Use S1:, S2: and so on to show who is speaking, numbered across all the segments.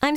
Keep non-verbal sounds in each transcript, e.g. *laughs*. S1: I'm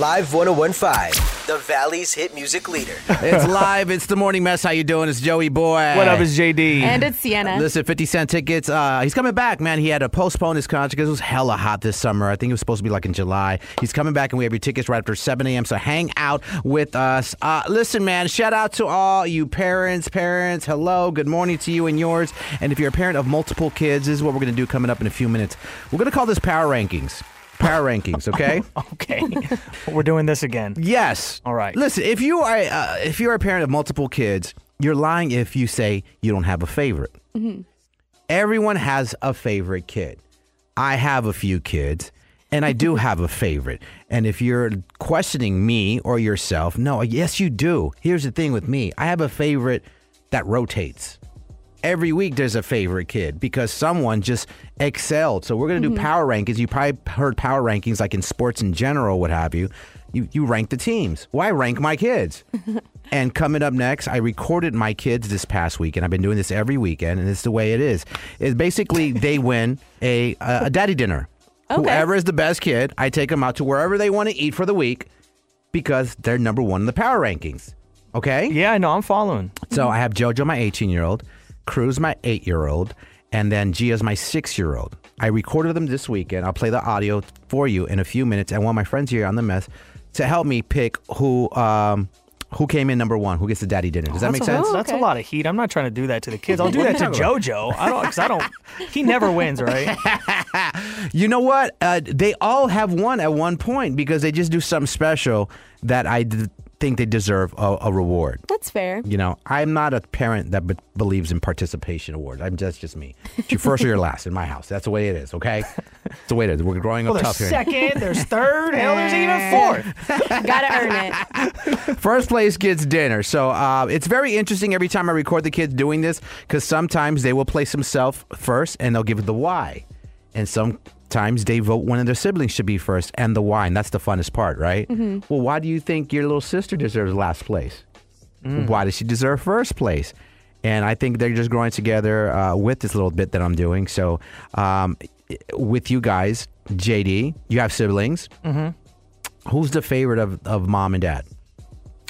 S2: Live 1015, the Valley's hit music
S3: *laughs*
S2: leader.
S4: *laughs*
S3: It's live. It's the morning mess. How you doing? It's Joey Boy.
S4: What up, is JD?
S5: And it's Sienna.
S3: Listen, 50 Cent tickets. Uh, he's coming back, man. He had to postpone his concert because it was hella hot this summer. I think it was supposed to be like in July. He's coming back, and we have your tickets right after 7 a.m. So hang out with us. Uh, listen, man, shout out to all you parents. Parents, hello. Good morning to you and yours. And if you're a parent of multiple kids, this is what we're going to do coming up in a few minutes. We're going to call this Power Rankings. Power Rankings, okay?
S4: *laughs* *laughs*
S5: *laughs*
S4: okay, we're doing this again.
S3: Yes.
S4: All right.
S3: Listen, if you are uh, if you're a parent of multiple kids, you're lying if you say you don't have a favorite. Everyone has a favorite kid. I have a few kids, and I do have a favorite. And if you're questioning me or yourself, no, yes, you do. Here's the thing with me: I have a favorite that rotates every week there's a favorite kid because someone just excelled. So we're gonna do power rankings. You probably heard power rankings like in sports in general, what have you. You you rank the teams. Why rank my kids? and coming up next, I recorded my kids this past week, and I've been doing this every weekend, and it's the way it is. Is basically they win a a, a daddy dinner. Whoever is the best kid, I take them out to wherever they want to eat for the week because they're number one in the power rankings. Okay?
S4: Yeah, I know. I'm following.
S3: So I have JoJo, my 18 year old, Cruz, my eight year old, and then Gia's my six year old. I recorded them this weekend. I'll play the audio for you in a few minutes. I want my friends here on the mess to help me pick who um, who came in number one, who gets the daddy dinner. Does that make
S5: oh,
S3: sense?
S4: Oh, That's a lot of heat. I'm not trying to do that to the kids. I'll do that to JoJo. I don't, because I *laughs* don't. He never wins, *laughs* right?
S3: You know what? Uh, they all have won at one point because they just do something special that I d- think they deserve a, a reward.
S5: That's fair.
S3: You know, I'm not a parent that be- believes in participation awards. I'm just just me. It's your first or your last in my house. That's the way it is. Okay, that's the way it is. We're growing up
S4: Well, there's
S3: tough here.
S4: second. There's third. Hell, there's even fourth.
S5: Gotta earn
S3: *laughs*
S5: it.
S3: First place gets dinner. So uh, it's very interesting every time I record the kids doing this because sometimes they will place themselves first and they'll give the why, and sometimes they vote one of their siblings should be first and the why, and that's the funnest part, right? Well, why do you think your little sister deserves last place? Why does she deserve first place? And I think they're just growing together uh, with this little bit that I'm doing. So, um, with you guys, JD, you have siblings. Mm-hmm. Who's the favorite of, of mom and dad?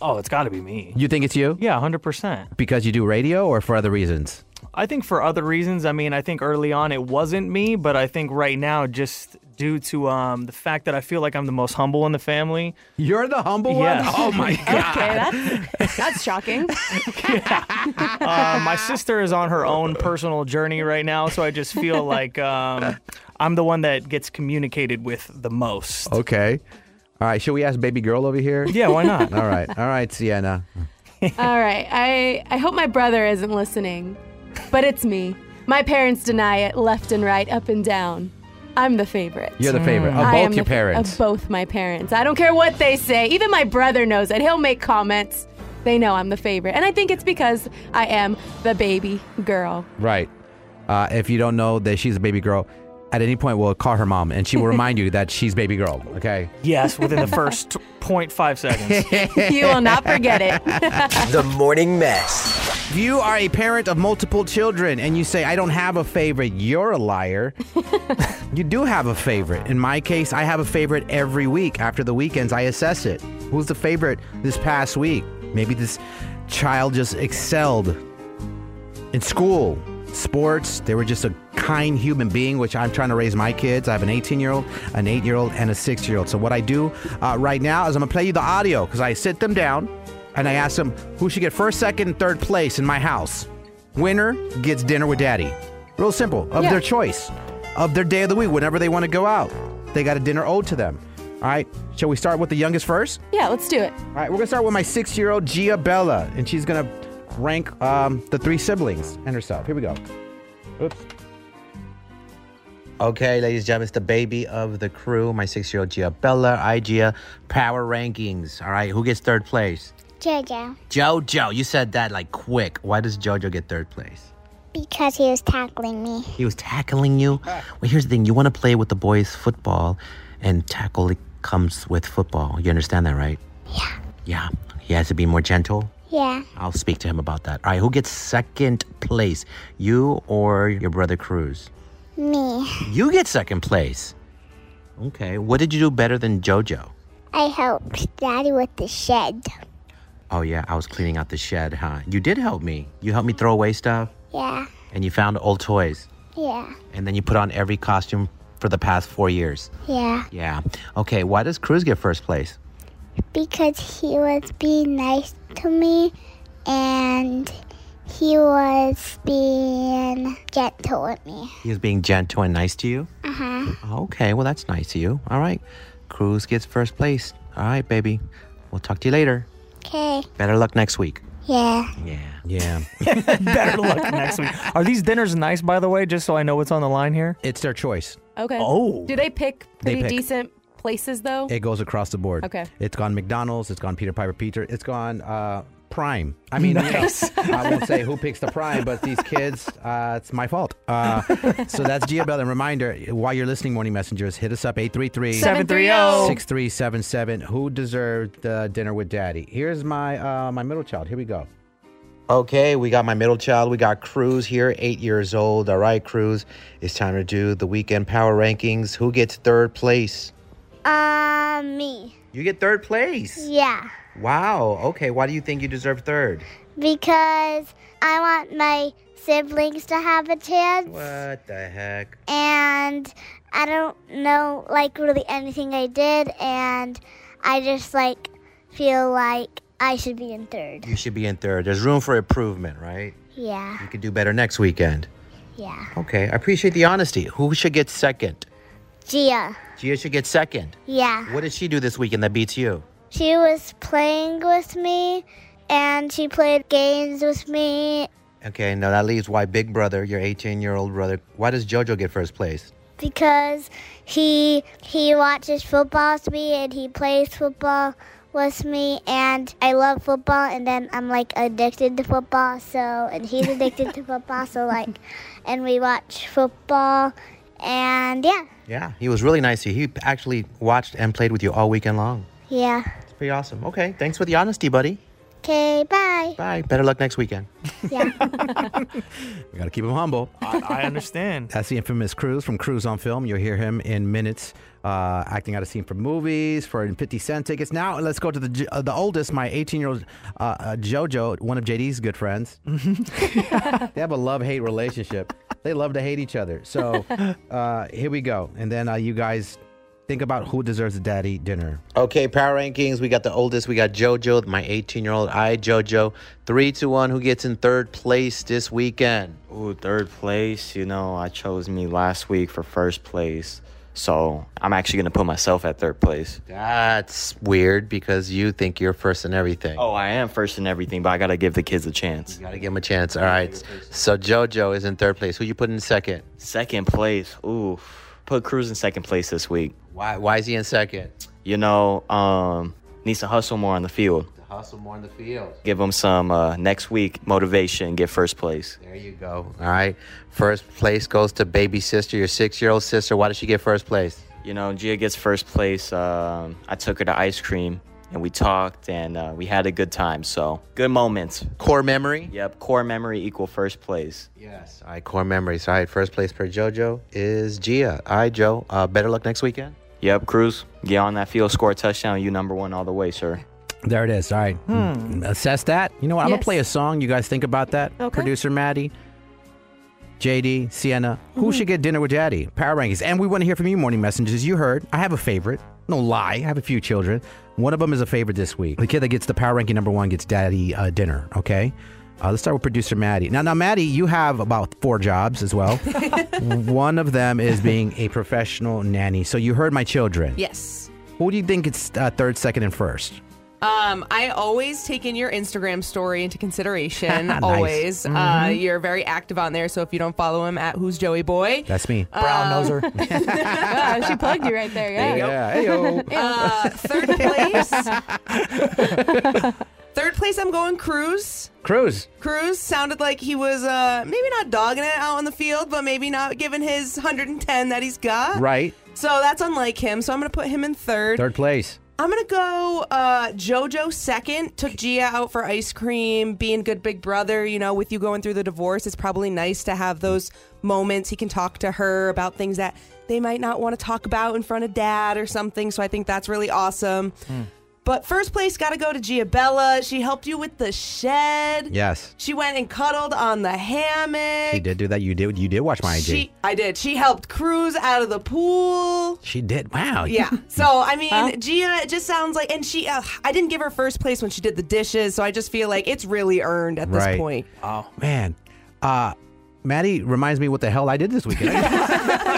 S4: Oh, it's got to be me.
S3: You think it's you?
S4: Yeah, 100%.
S3: Because you do radio or for other reasons?
S4: I think for other reasons. I mean, I think early on it wasn't me, but I think right now just due to um, the fact that I feel like I'm the most humble in the family.
S3: You're the humble
S4: Yeah.
S3: one? Oh
S4: *laughs*
S3: my God.
S5: Okay, that's, that's shocking.
S4: Uh, my sister is on her own personal journey right now, so I just
S3: *laughs*
S4: feel like um, I'm the one that gets communicated with the
S3: *laughs*
S4: most.
S3: Okay. All right. Should we ask baby girl over here?
S4: Yeah, why
S3: *laughs*
S4: not?
S3: All right. All right, Sienna.
S5: All right. I, I hope my brother isn't listening, but it's me. My parents deny it left and right, up and down. I'm the favorite.
S3: You're the favorite of
S5: Mm. I
S3: both
S5: am the
S3: your
S5: fa-
S3: parents.
S5: Of both my parents. I don't care what they say. Even my brother knows it. He'll make comments. They know I'm the favorite. And I think it's because I am the baby girl. *laughs*
S3: right. Uh, if you don't know that she's a baby girl, at any point we'll call her mom and she
S5: *laughs*
S3: will remind you that she's baby girl. Okay.
S4: Yes, within
S3: *laughs*
S4: the first 0.5 seconds.
S5: you will not forget
S3: *laughs*
S5: it.
S2: The Morning Mess.
S3: If you are a parent of multiple children and you say, I don't have a favorite, you're a liar. you do have a favorite. In my case, I have a favorite every week. After the weekends, I assess it. Who's the favorite this past week? Maybe this child just excelled in school, sports. They were just a kind human being, which I'm trying to raise my kids. I have an 18 year old, an 8 year old, and a 6 year old. So, what I do uh, right now is I'm going to play you the audio because I sit them down and I ask them who should get first, second, and third place in my house. Winner gets dinner with daddy. Real simple, of
S5: Yeah.
S3: their choice, of their day of the week, whenever they want to go out. They got a dinner owed to them. All right, shall we start with the youngest first?
S5: Yeah, let's do it.
S3: All right, we're gonna start with my six-year-old Gia Bella, and she's gonna rank um, the three siblings and herself. Here we go. Oops. Okay, ladies and gentlemen, it's the baby of the crew, my six-year-old Gia Bella. I Gia, power rankings. All right, who gets third place?
S6: Jojo,
S3: JoJo. You said that like quick. Why does JoJo get third place?
S6: because he was tackling me.
S3: He was tackling you. Well, here's the thing: you want to play with the boys football, and tackle it comes with football. You understand that, right? Yeah. Yeah. He has to be more gentle.
S6: Yeah,
S3: I'll speak to him about that. All right, who gets second place? You or your brother Cruz?
S6: me.
S3: You get second place. Okay, what did you do better than JoJo?
S6: I helped Daddy with the shed.
S3: Oh, yeah, I was cleaning out the shed, huh? You did help me. You helped me throw away stuff,
S6: Yeah,
S3: and you found old toys,
S6: yeah,
S3: and then you put on every costume for the past four years.
S6: yeah.
S3: Yeah. Okay, why does Cruz get first place?
S6: Because he was being nice to me and he was being gentle with me.
S3: He was being gentle and nice to you? Uh huh. Okay, well, that's nice of you. All right, Cruz gets first place. All right, baby. We'll talk to you later.
S6: Okay,
S3: Better luck next week.
S6: yeah.
S3: Yeah. Yeah. *laughs*
S4: Better luck next week. Are these dinners nice, by the way? Just so I know what's on the line here.
S3: it's their choice.
S5: Okay.
S4: Oh.
S5: Do they pick
S3: They
S5: pretty
S3: pick.
S5: decent places though?
S3: It goes across the board.
S5: Okay.
S3: It's gone McDonald's. It's gone Peter Piper Peter. It's gone uh, Prime. I mean,
S4: *laughs*
S3: you know, I won't say who picks the Prime, but these kids, uh, it's my fault. Uh, so that's Gia Bell. And reminder, while you're listening, Morning Messengers, hit us up 833
S5: oh.
S3: 6377. Who deserved the dinner with daddy? Here's my uh, my middle child. Here we go. Okay, we got my middle child. We got Cruz here, eight years old. All right, Cruz, it's time to do the weekend power rankings. Who gets third place?
S6: Uh, me.
S3: You get third place.
S6: Yeah,
S3: Wow. Okay. Why do you think you deserve third?
S6: because I want my siblings to have a chance.
S3: What the heck?
S6: and I don't know like really anything I did, and I just like feel like I should be in third.
S3: You should be in third. There's room for improvement, right?
S6: Yeah,
S3: You could do better next weekend.
S6: yeah.
S3: Okay. I appreciate the honesty. Who should get second?
S6: Gia,
S3: Gia should get second.
S6: yeah.
S3: What did she do this weekend that beats you?
S6: She was playing with me, and she played games with me
S3: Okay. Now that leaves why Big Brother, your 18 year old brother, why does JoJo get first place?
S6: because he he watches football with me and he plays football with me and I love football and then I'm like addicted to football so and he's addicted to football so like and we watch football and yeah
S3: Yeah. He was really nice to you. He actually watched and played with you all weekend long.
S6: yeah
S3: It's pretty awesome. Okay. Thanks for the honesty, buddy.
S6: okay bye
S3: Bye. Better luck next weekend. *laughs*
S6: yeah
S3: We got to keep him humble.
S4: I understand.
S3: That's the infamous Cruz from Cruz on Film. You'll hear him in minutes, uh, acting out a scene from movies for 50 cent tickets. Now let's go to the j- uh, the oldest, my 18 year old uh, uh, JoJo, one of JD's good friends. they have a love hate relationship. They love to hate each other. So uh, here we go, and then uh, you guys. Think about who deserves a daddy dinner. Okay, power rankings. We got the oldest. We got JoJo, my 18 year old. I, JoJo. Three to one. Who gets in third place this weekend?
S7: Ooh, third place. You know, I chose me last week for first place. So I'm actually going to put myself at third place.
S3: That's weird because you think you're first in everything.
S7: Oh, I am first in everything, but I got to give the kids a chance.
S3: Gotta give him a chance. All right. So JoJo is in third place. Who you put in second?
S7: Second place. Ooh, put Cruz in second place this week.
S3: Why? Why is he in second?
S7: You know, um, needs to hustle more on the field.
S3: Hustle more in the field.
S7: Give them some uh, next week motivation, get first place.
S3: There you go. All right. First place goes to baby sister, your six-year-old sister. Why did she get first place?
S7: You know, Gia gets first place. Um, I took her to ice cream and we talked and uh, we had a good time. So good moments.
S3: Core memory.
S7: Yep, core memory equal first place.
S3: Yes. All right. Core memories. All right. First place for JoJo is Gia. All right, Joe. Uh, better luck next weekend.
S7: Yep, Cruz, get on that field, score a touchdown. You number one all the way, sir.
S3: There it is. All right. Assess that. You know what? I'm going
S5: Yes.
S3: to play a song. You guys think about that.
S5: Okay.
S3: Producer Maddie. JD, Sienna, who should get dinner with Daddy? Power rankings. And we want to hear from you, morning messengers. You heard. I have a favorite. No lie. I have a few children. One of them is a favorite this week. The kid that gets the power ranking number one gets Daddy uh, dinner. Okay. Uh, let's start with producer Maddie. Now, now, Maddie, you have about four jobs as well. one of them is being a professional nanny. So you heard my children.
S6: Yes.
S3: Who do you think it's uh, third, second, and first?
S6: Um, I always take in your Instagram story into
S5: *laughs*
S6: consideration.
S3: Nice.
S6: Always, *laughs* uh,
S3: Mhm.
S6: you're very active on there. So if you don't follow him at Who's Joey Boy,
S3: That's me.
S4: Brown noser.
S5: Ah, she plugged you right there. Yeah.
S3: Yeah. Hey,
S6: *laughs* uh,
S3: *laughs*
S6: third place. third place, I'm going Cruz.
S3: Cruz.
S6: Cruz sounded like he was uh, maybe not dogging it out on the field, but maybe not giving his 110 that he's got.
S3: Right.
S6: So that's unlike him. So I'm going to put him in third.
S3: Third place.
S6: I'm going to go uh, JoJo second. Took Gia out for ice cream, being good big brother. You know, with you going through the divorce, it's probably nice to have those moments. He can talk to her about things that they might not want to talk about in front of dad or something. So I think that's really awesome.
S3: Hmm.
S6: But first place, got to go to Giabella. She helped you with the shed.
S3: Yes.
S6: She went and cuddled on the hammock.
S3: He did do that. You did. You did watch my IG.
S6: She, I did. She helped Cruz out of the pool.
S3: She did. Wow. *laughs*
S6: Yeah. So I mean, Gia. It just sounds like, and she. Uh, I didn't give her first place when she did the dishes, so I just feel like it's really earned at this
S3: Right.
S6: point.
S4: Oh.
S3: Man. Uh, Maddie reminds me what the hell I did this
S6: *laughs*
S3: weekend.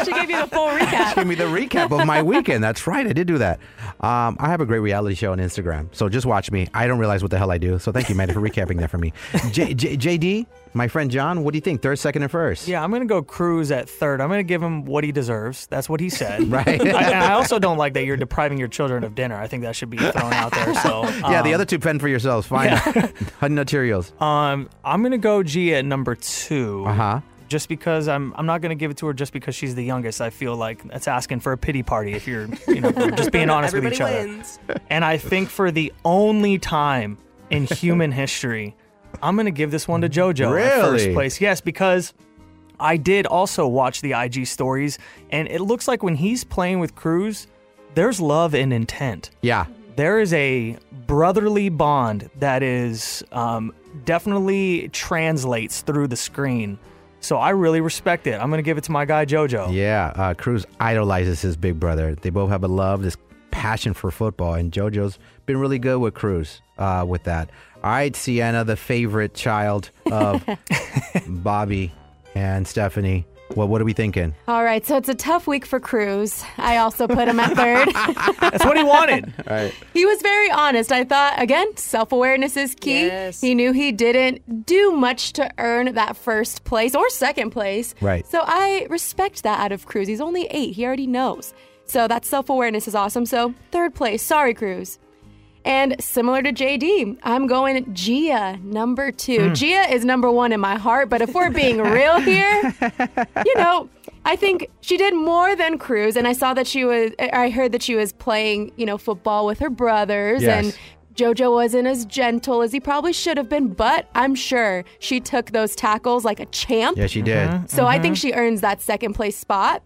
S5: she gave you the full
S3: She
S5: recap.
S3: Gave me the recap of my weekend. That's right. I did do that. Um, I have a great reality show on Instagram. So just watch me. I don't realize what the hell I do. So thank you, Maddie, for recapping that for me. J- J- JD, my friend John, what do you think? Third, second, and first?
S4: Yeah, I'm gonna go Cruz at third. I'm gonna give him what he deserves. That's what he
S3: *laughs*
S4: said.
S3: Right.
S4: I, I also don't like that you're depriving your children of dinner. I think that should be thrown out there.
S3: *laughs*
S4: So
S3: Yeah, the
S4: um,
S3: other two fend for yourselves. Fine. *laughs* Hud materials.
S4: Um, I'm gonna go Gia at number two.
S3: Uh-huh.
S4: Just because I'm, I'm not gonna give it to her just because she's the youngest. I feel like that's asking for a pity party if you're, you
S6: *laughs*
S4: know, we're just being honest with
S6: Everybody
S4: each
S6: wins. *laughs*
S4: other. And I think for the only time in
S6: *laughs*
S4: human history, I'm gonna give this one to JoJo in first
S3: Really?
S4: place. Yes, because I did also watch the IG stories, and it looks like when he's playing with Cruz, there's love and intent
S3: Yeah.
S4: there is a brotherly bond that is um, definitely translates through the screen. So I really respect it. I'm gonna give it to my guy JoJo.
S3: Yeah, uh, Cruz idolizes his big brother. They both have a love, this passion for football, and JoJo's been really good with Cruz uh, with that. All right, Sienna, the favorite child of Bobby and Stephanie. Well, what are we thinking?
S5: All right, so it's a tough week for Cruz. I also put
S6: *laughs*
S5: him at third.
S4: That's what he wanted.
S3: *laughs*
S5: He was very honest. I thought, again, self awareness is key. He knew he didn't do much to earn that first place or second place.
S3: Right.
S5: So I respect that out of Cruz. He's only eight, he already knows. So that self awareness is awesome. So third place. Sorry, Cruz. And similar to JD, I'm going Gia number two. Gia is number one in my heart, but if we're being real here, you know, I think she did more than Cruz, and I saw that she was. I heard that she was playing, you know, football with her brothers,
S3: Yes.
S5: and JoJo wasn't as gentle as he probably should have been. But I'm sure she took those tackles like a champ.
S3: Yeah, she did.
S5: So I
S3: Mm-hmm.
S5: think she earns that second place spot.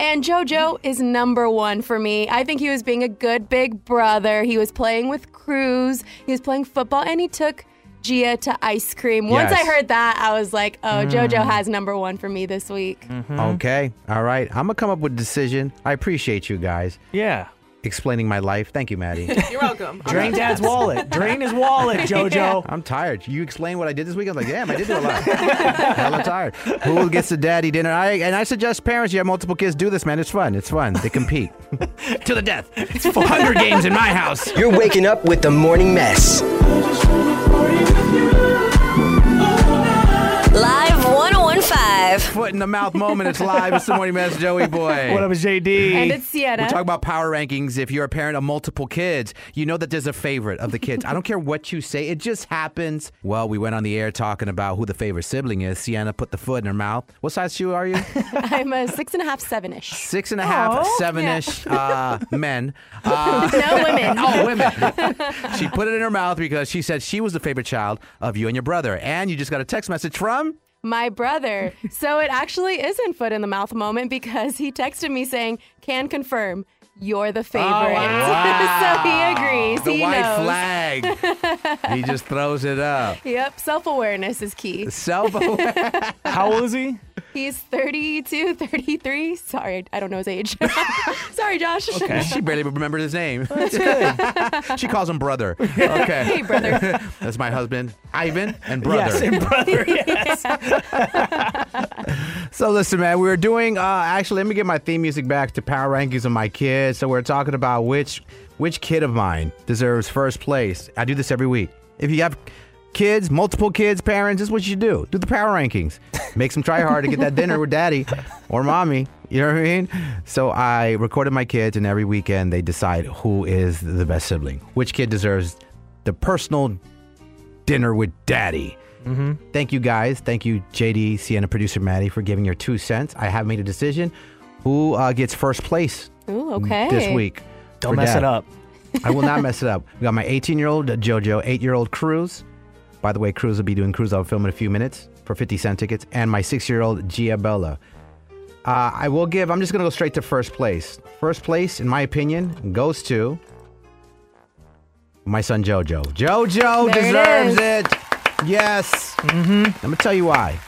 S5: And JoJo is number one for me. I think he was being a good big brother. He was playing with Cruz, he was playing football, and he took Gia to ice cream. Once
S3: Yes. Mm.
S5: I heard that, I was like, oh, JoJo has number one for me this week.
S3: Mm-hmm. Okay. All right. I'm going to come up with a decision. I appreciate you guys
S4: Yeah.
S3: explaining my life. Thank you, Maddie.
S6: You're welcome.
S4: Drain Dad's wallet. Drain
S3: *laughs*
S4: his wallet, JoJo.
S3: I'm tired. You explain what I did this week. I was like, damn, I did do a lot. *laughs* Hella tired. Who gets the daddy dinner? I and I suggest parents. You have multiple kids. Do this, man. It's fun. It's fun. They compete *laughs* to the death. It's 400 games in my house.
S7: You're waking up with the morning mess.
S1: Live 1015.
S3: *laughs* Foot in the mouth moment. It's live. It's the morning mess, Joey boy.
S4: What up, it's JD?
S5: And it's Sienna.
S3: We're
S5: *laughs*
S3: talking about power rankings. If you're a parent of multiple kids, you know that there's a favorite of the kids. I don't care what you say, it just happens. Well, we went on the air talking about who the favorite sibling is. Sienna put the foot in her mouth. What size shoe are you?
S5: I'm a six and a half, seven ish.
S3: *laughs* Six and a half, seven ish uh, men. Uh,
S5: No *laughs* women.
S3: Oh, women. she put it in her mouth because she said she was the favorite child of you and your brother. And you just got a text message from. *laughs*
S5: my brother. So it actually isn't foot in the mouth moment because he texted me saying, can confirm. You're the favorite.
S3: Oh,
S5: *laughs*
S3: wow.
S5: so he agrees.
S3: The
S5: he
S3: white
S5: knows.
S3: flag. he just throws it up.
S5: Yep, self awareness is key.
S3: Self
S4: How old is he?
S5: He's 32, 33. Sorry, I don't know his age. *laughs* Sorry, Josh.
S3: *laughs* She barely remembered his name. That's good. she calls him brother. Okay.
S5: *laughs* Hey, brother.
S3: *laughs* That's my husband, Ivan, and *laughs* brother.
S4: Yes, *laughs* and brother. Yes.
S3: So listen, man, we were doing. Uh, actually, let me get my theme music back to power rankings of my kids. So we're talking about which which kid of mine deserves first place. I do this every week. If you have kids, multiple kids, parents, this is what you do. Do the power rankings. Makes them try hard to get that dinner with daddy or mommy. You know what I mean? So I recorded my kids, and every weekend they decide who is the best sibling, which kid deserves the personal dinner with daddy.
S4: Mm-hmm.
S3: Thank you guys. Thank you, JD, Sienna, producer Maddie, for giving your two cents. I have made a decision. Who uh, gets first place
S5: Ooh, okay.
S3: this week?
S4: Don't
S3: for
S4: mess
S3: dad?
S4: it up.
S3: I will not mess it up. We got my 18 year old JoJo, 8 year old Cruz. By the way, Cruz will be doing Cruz on film in a few minutes for 50 cent tickets. And my 6 year old Gia Bella. Uh, I will give, I'm just going to go straight to first place. First place, in my opinion, goes to my son JoJo. JoJo
S5: There it
S3: deserves it, Yes. Mm-hmm. I'm going to tell you why.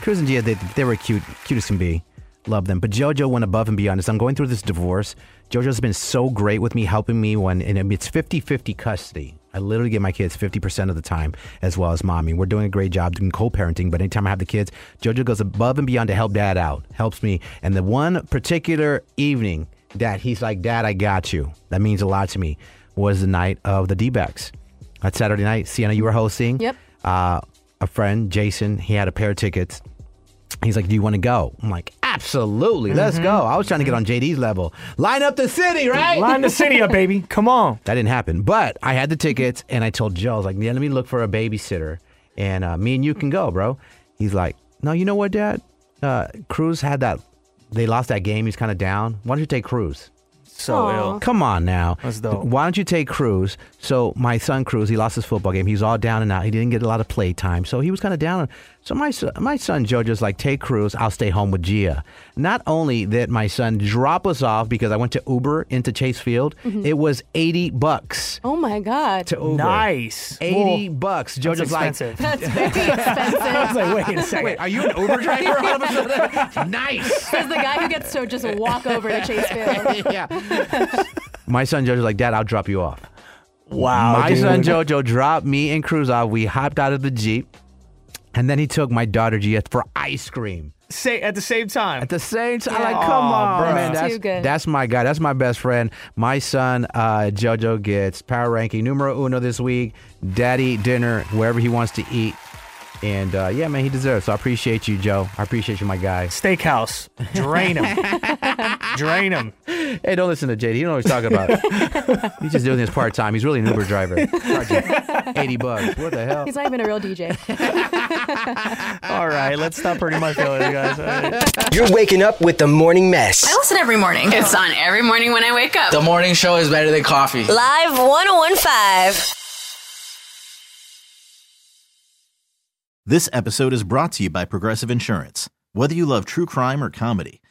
S3: Cruz and Gia, they, they were cute, cute as can be. Love them. But JoJo went above and beyond. As I'm going through this divorce, JoJo's been so great with me, helping me when, and it's 50 50 custody. I literally get my kids 50% of the time, as well as mommy. We're doing a great job doing co parenting, but anytime I have the kids, JoJo goes above and beyond to help dad out, helps me. And the one particular evening that he's like, Dad, I got you. That means a lot to me, was the night of the D backs. That Saturday night, Sienna, you were hosting.
S5: Yep.
S3: Uh, a friend, Jason, he had a pair of tickets. He's like, "Do you want to go?" I'm like, "Absolutely, let's go." I was trying to get on JD's level. Line up the city, right?
S4: Line the city up, baby. Come on.
S3: that didn't happen, but I had the tickets, and I told Joe, "I was like, yeah, let me look for a babysitter, and uh, me and you can go, bro." He's like, "No, you know what, Dad? Uh, Cruz had that. They lost that game. He's kind of down. Why don't you take Cruz?"
S4: So
S5: Aw.
S4: ill.
S3: Come on now.
S4: That's dope.
S3: Why don't you take Cruz? So my son Cruz, he lost his football game. He was all down and out. He didn't get a lot of play time, so he was kind of down. So my son, my son Jojo's like, take Cruz. I'll stay home with Gia. Not only did my son drop us off because I went to Uber into Chase Field.
S4: Mm-hmm.
S3: It was eighty bucks
S5: Oh my God.
S3: to Uber.
S4: Nice.
S3: Eighty
S4: Well,
S3: bucks.
S4: That's
S3: Jojo's like,
S4: expensive. *laughs*
S3: *laughs*
S5: That's very expensive.
S4: I was like, wait a second.
S3: wait, are you an
S4: *laughs*
S3: Uber driver? All of a sudden, nice. *laughs*
S5: Says the guy who gets to just walk over to Chase Field.
S3: yeah. My son Jojo's like, Dad, I'll drop you off.
S4: wow.
S3: My
S4: dude.
S3: son Jojo dropped me and Cruz off. We hopped out of the Jeep. And then he took my daughter Gia for ice cream.
S4: Sa- at the same time.
S3: At the same time,
S5: Yeah.
S3: like, come
S4: Aw,
S3: on,
S4: bruh.
S3: man.
S5: That's
S3: That's,
S5: too good.
S3: that's my guy. That's my best friend. My son, uh, Jojo, gets power ranking numero uno this week. Daddy dinner, wherever he wants to eat. And uh, yeah, man, he deserves. it. So I appreciate you, Joe. I appreciate you, my guy.
S4: Steakhouse. Drain him. Drain him.
S3: Hey, don't listen to JD. You know what he's talking about.
S5: *laughs*
S3: he's just doing this part time. He's really an Uber driver. Charging 80 bucks. What the hell?
S5: He's not even a real DJ.
S4: All right, let's stop hurting my feelings, guys. All right.
S2: You're waking up with the morning mess.
S8: listen every morning. It's on every morning when I wake up.
S9: The morning show is better than coffee.
S8: Live 1015.
S10: This episode is brought to you by Progressive Insurance. Whether you love true crime or comedy,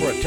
S9: Protect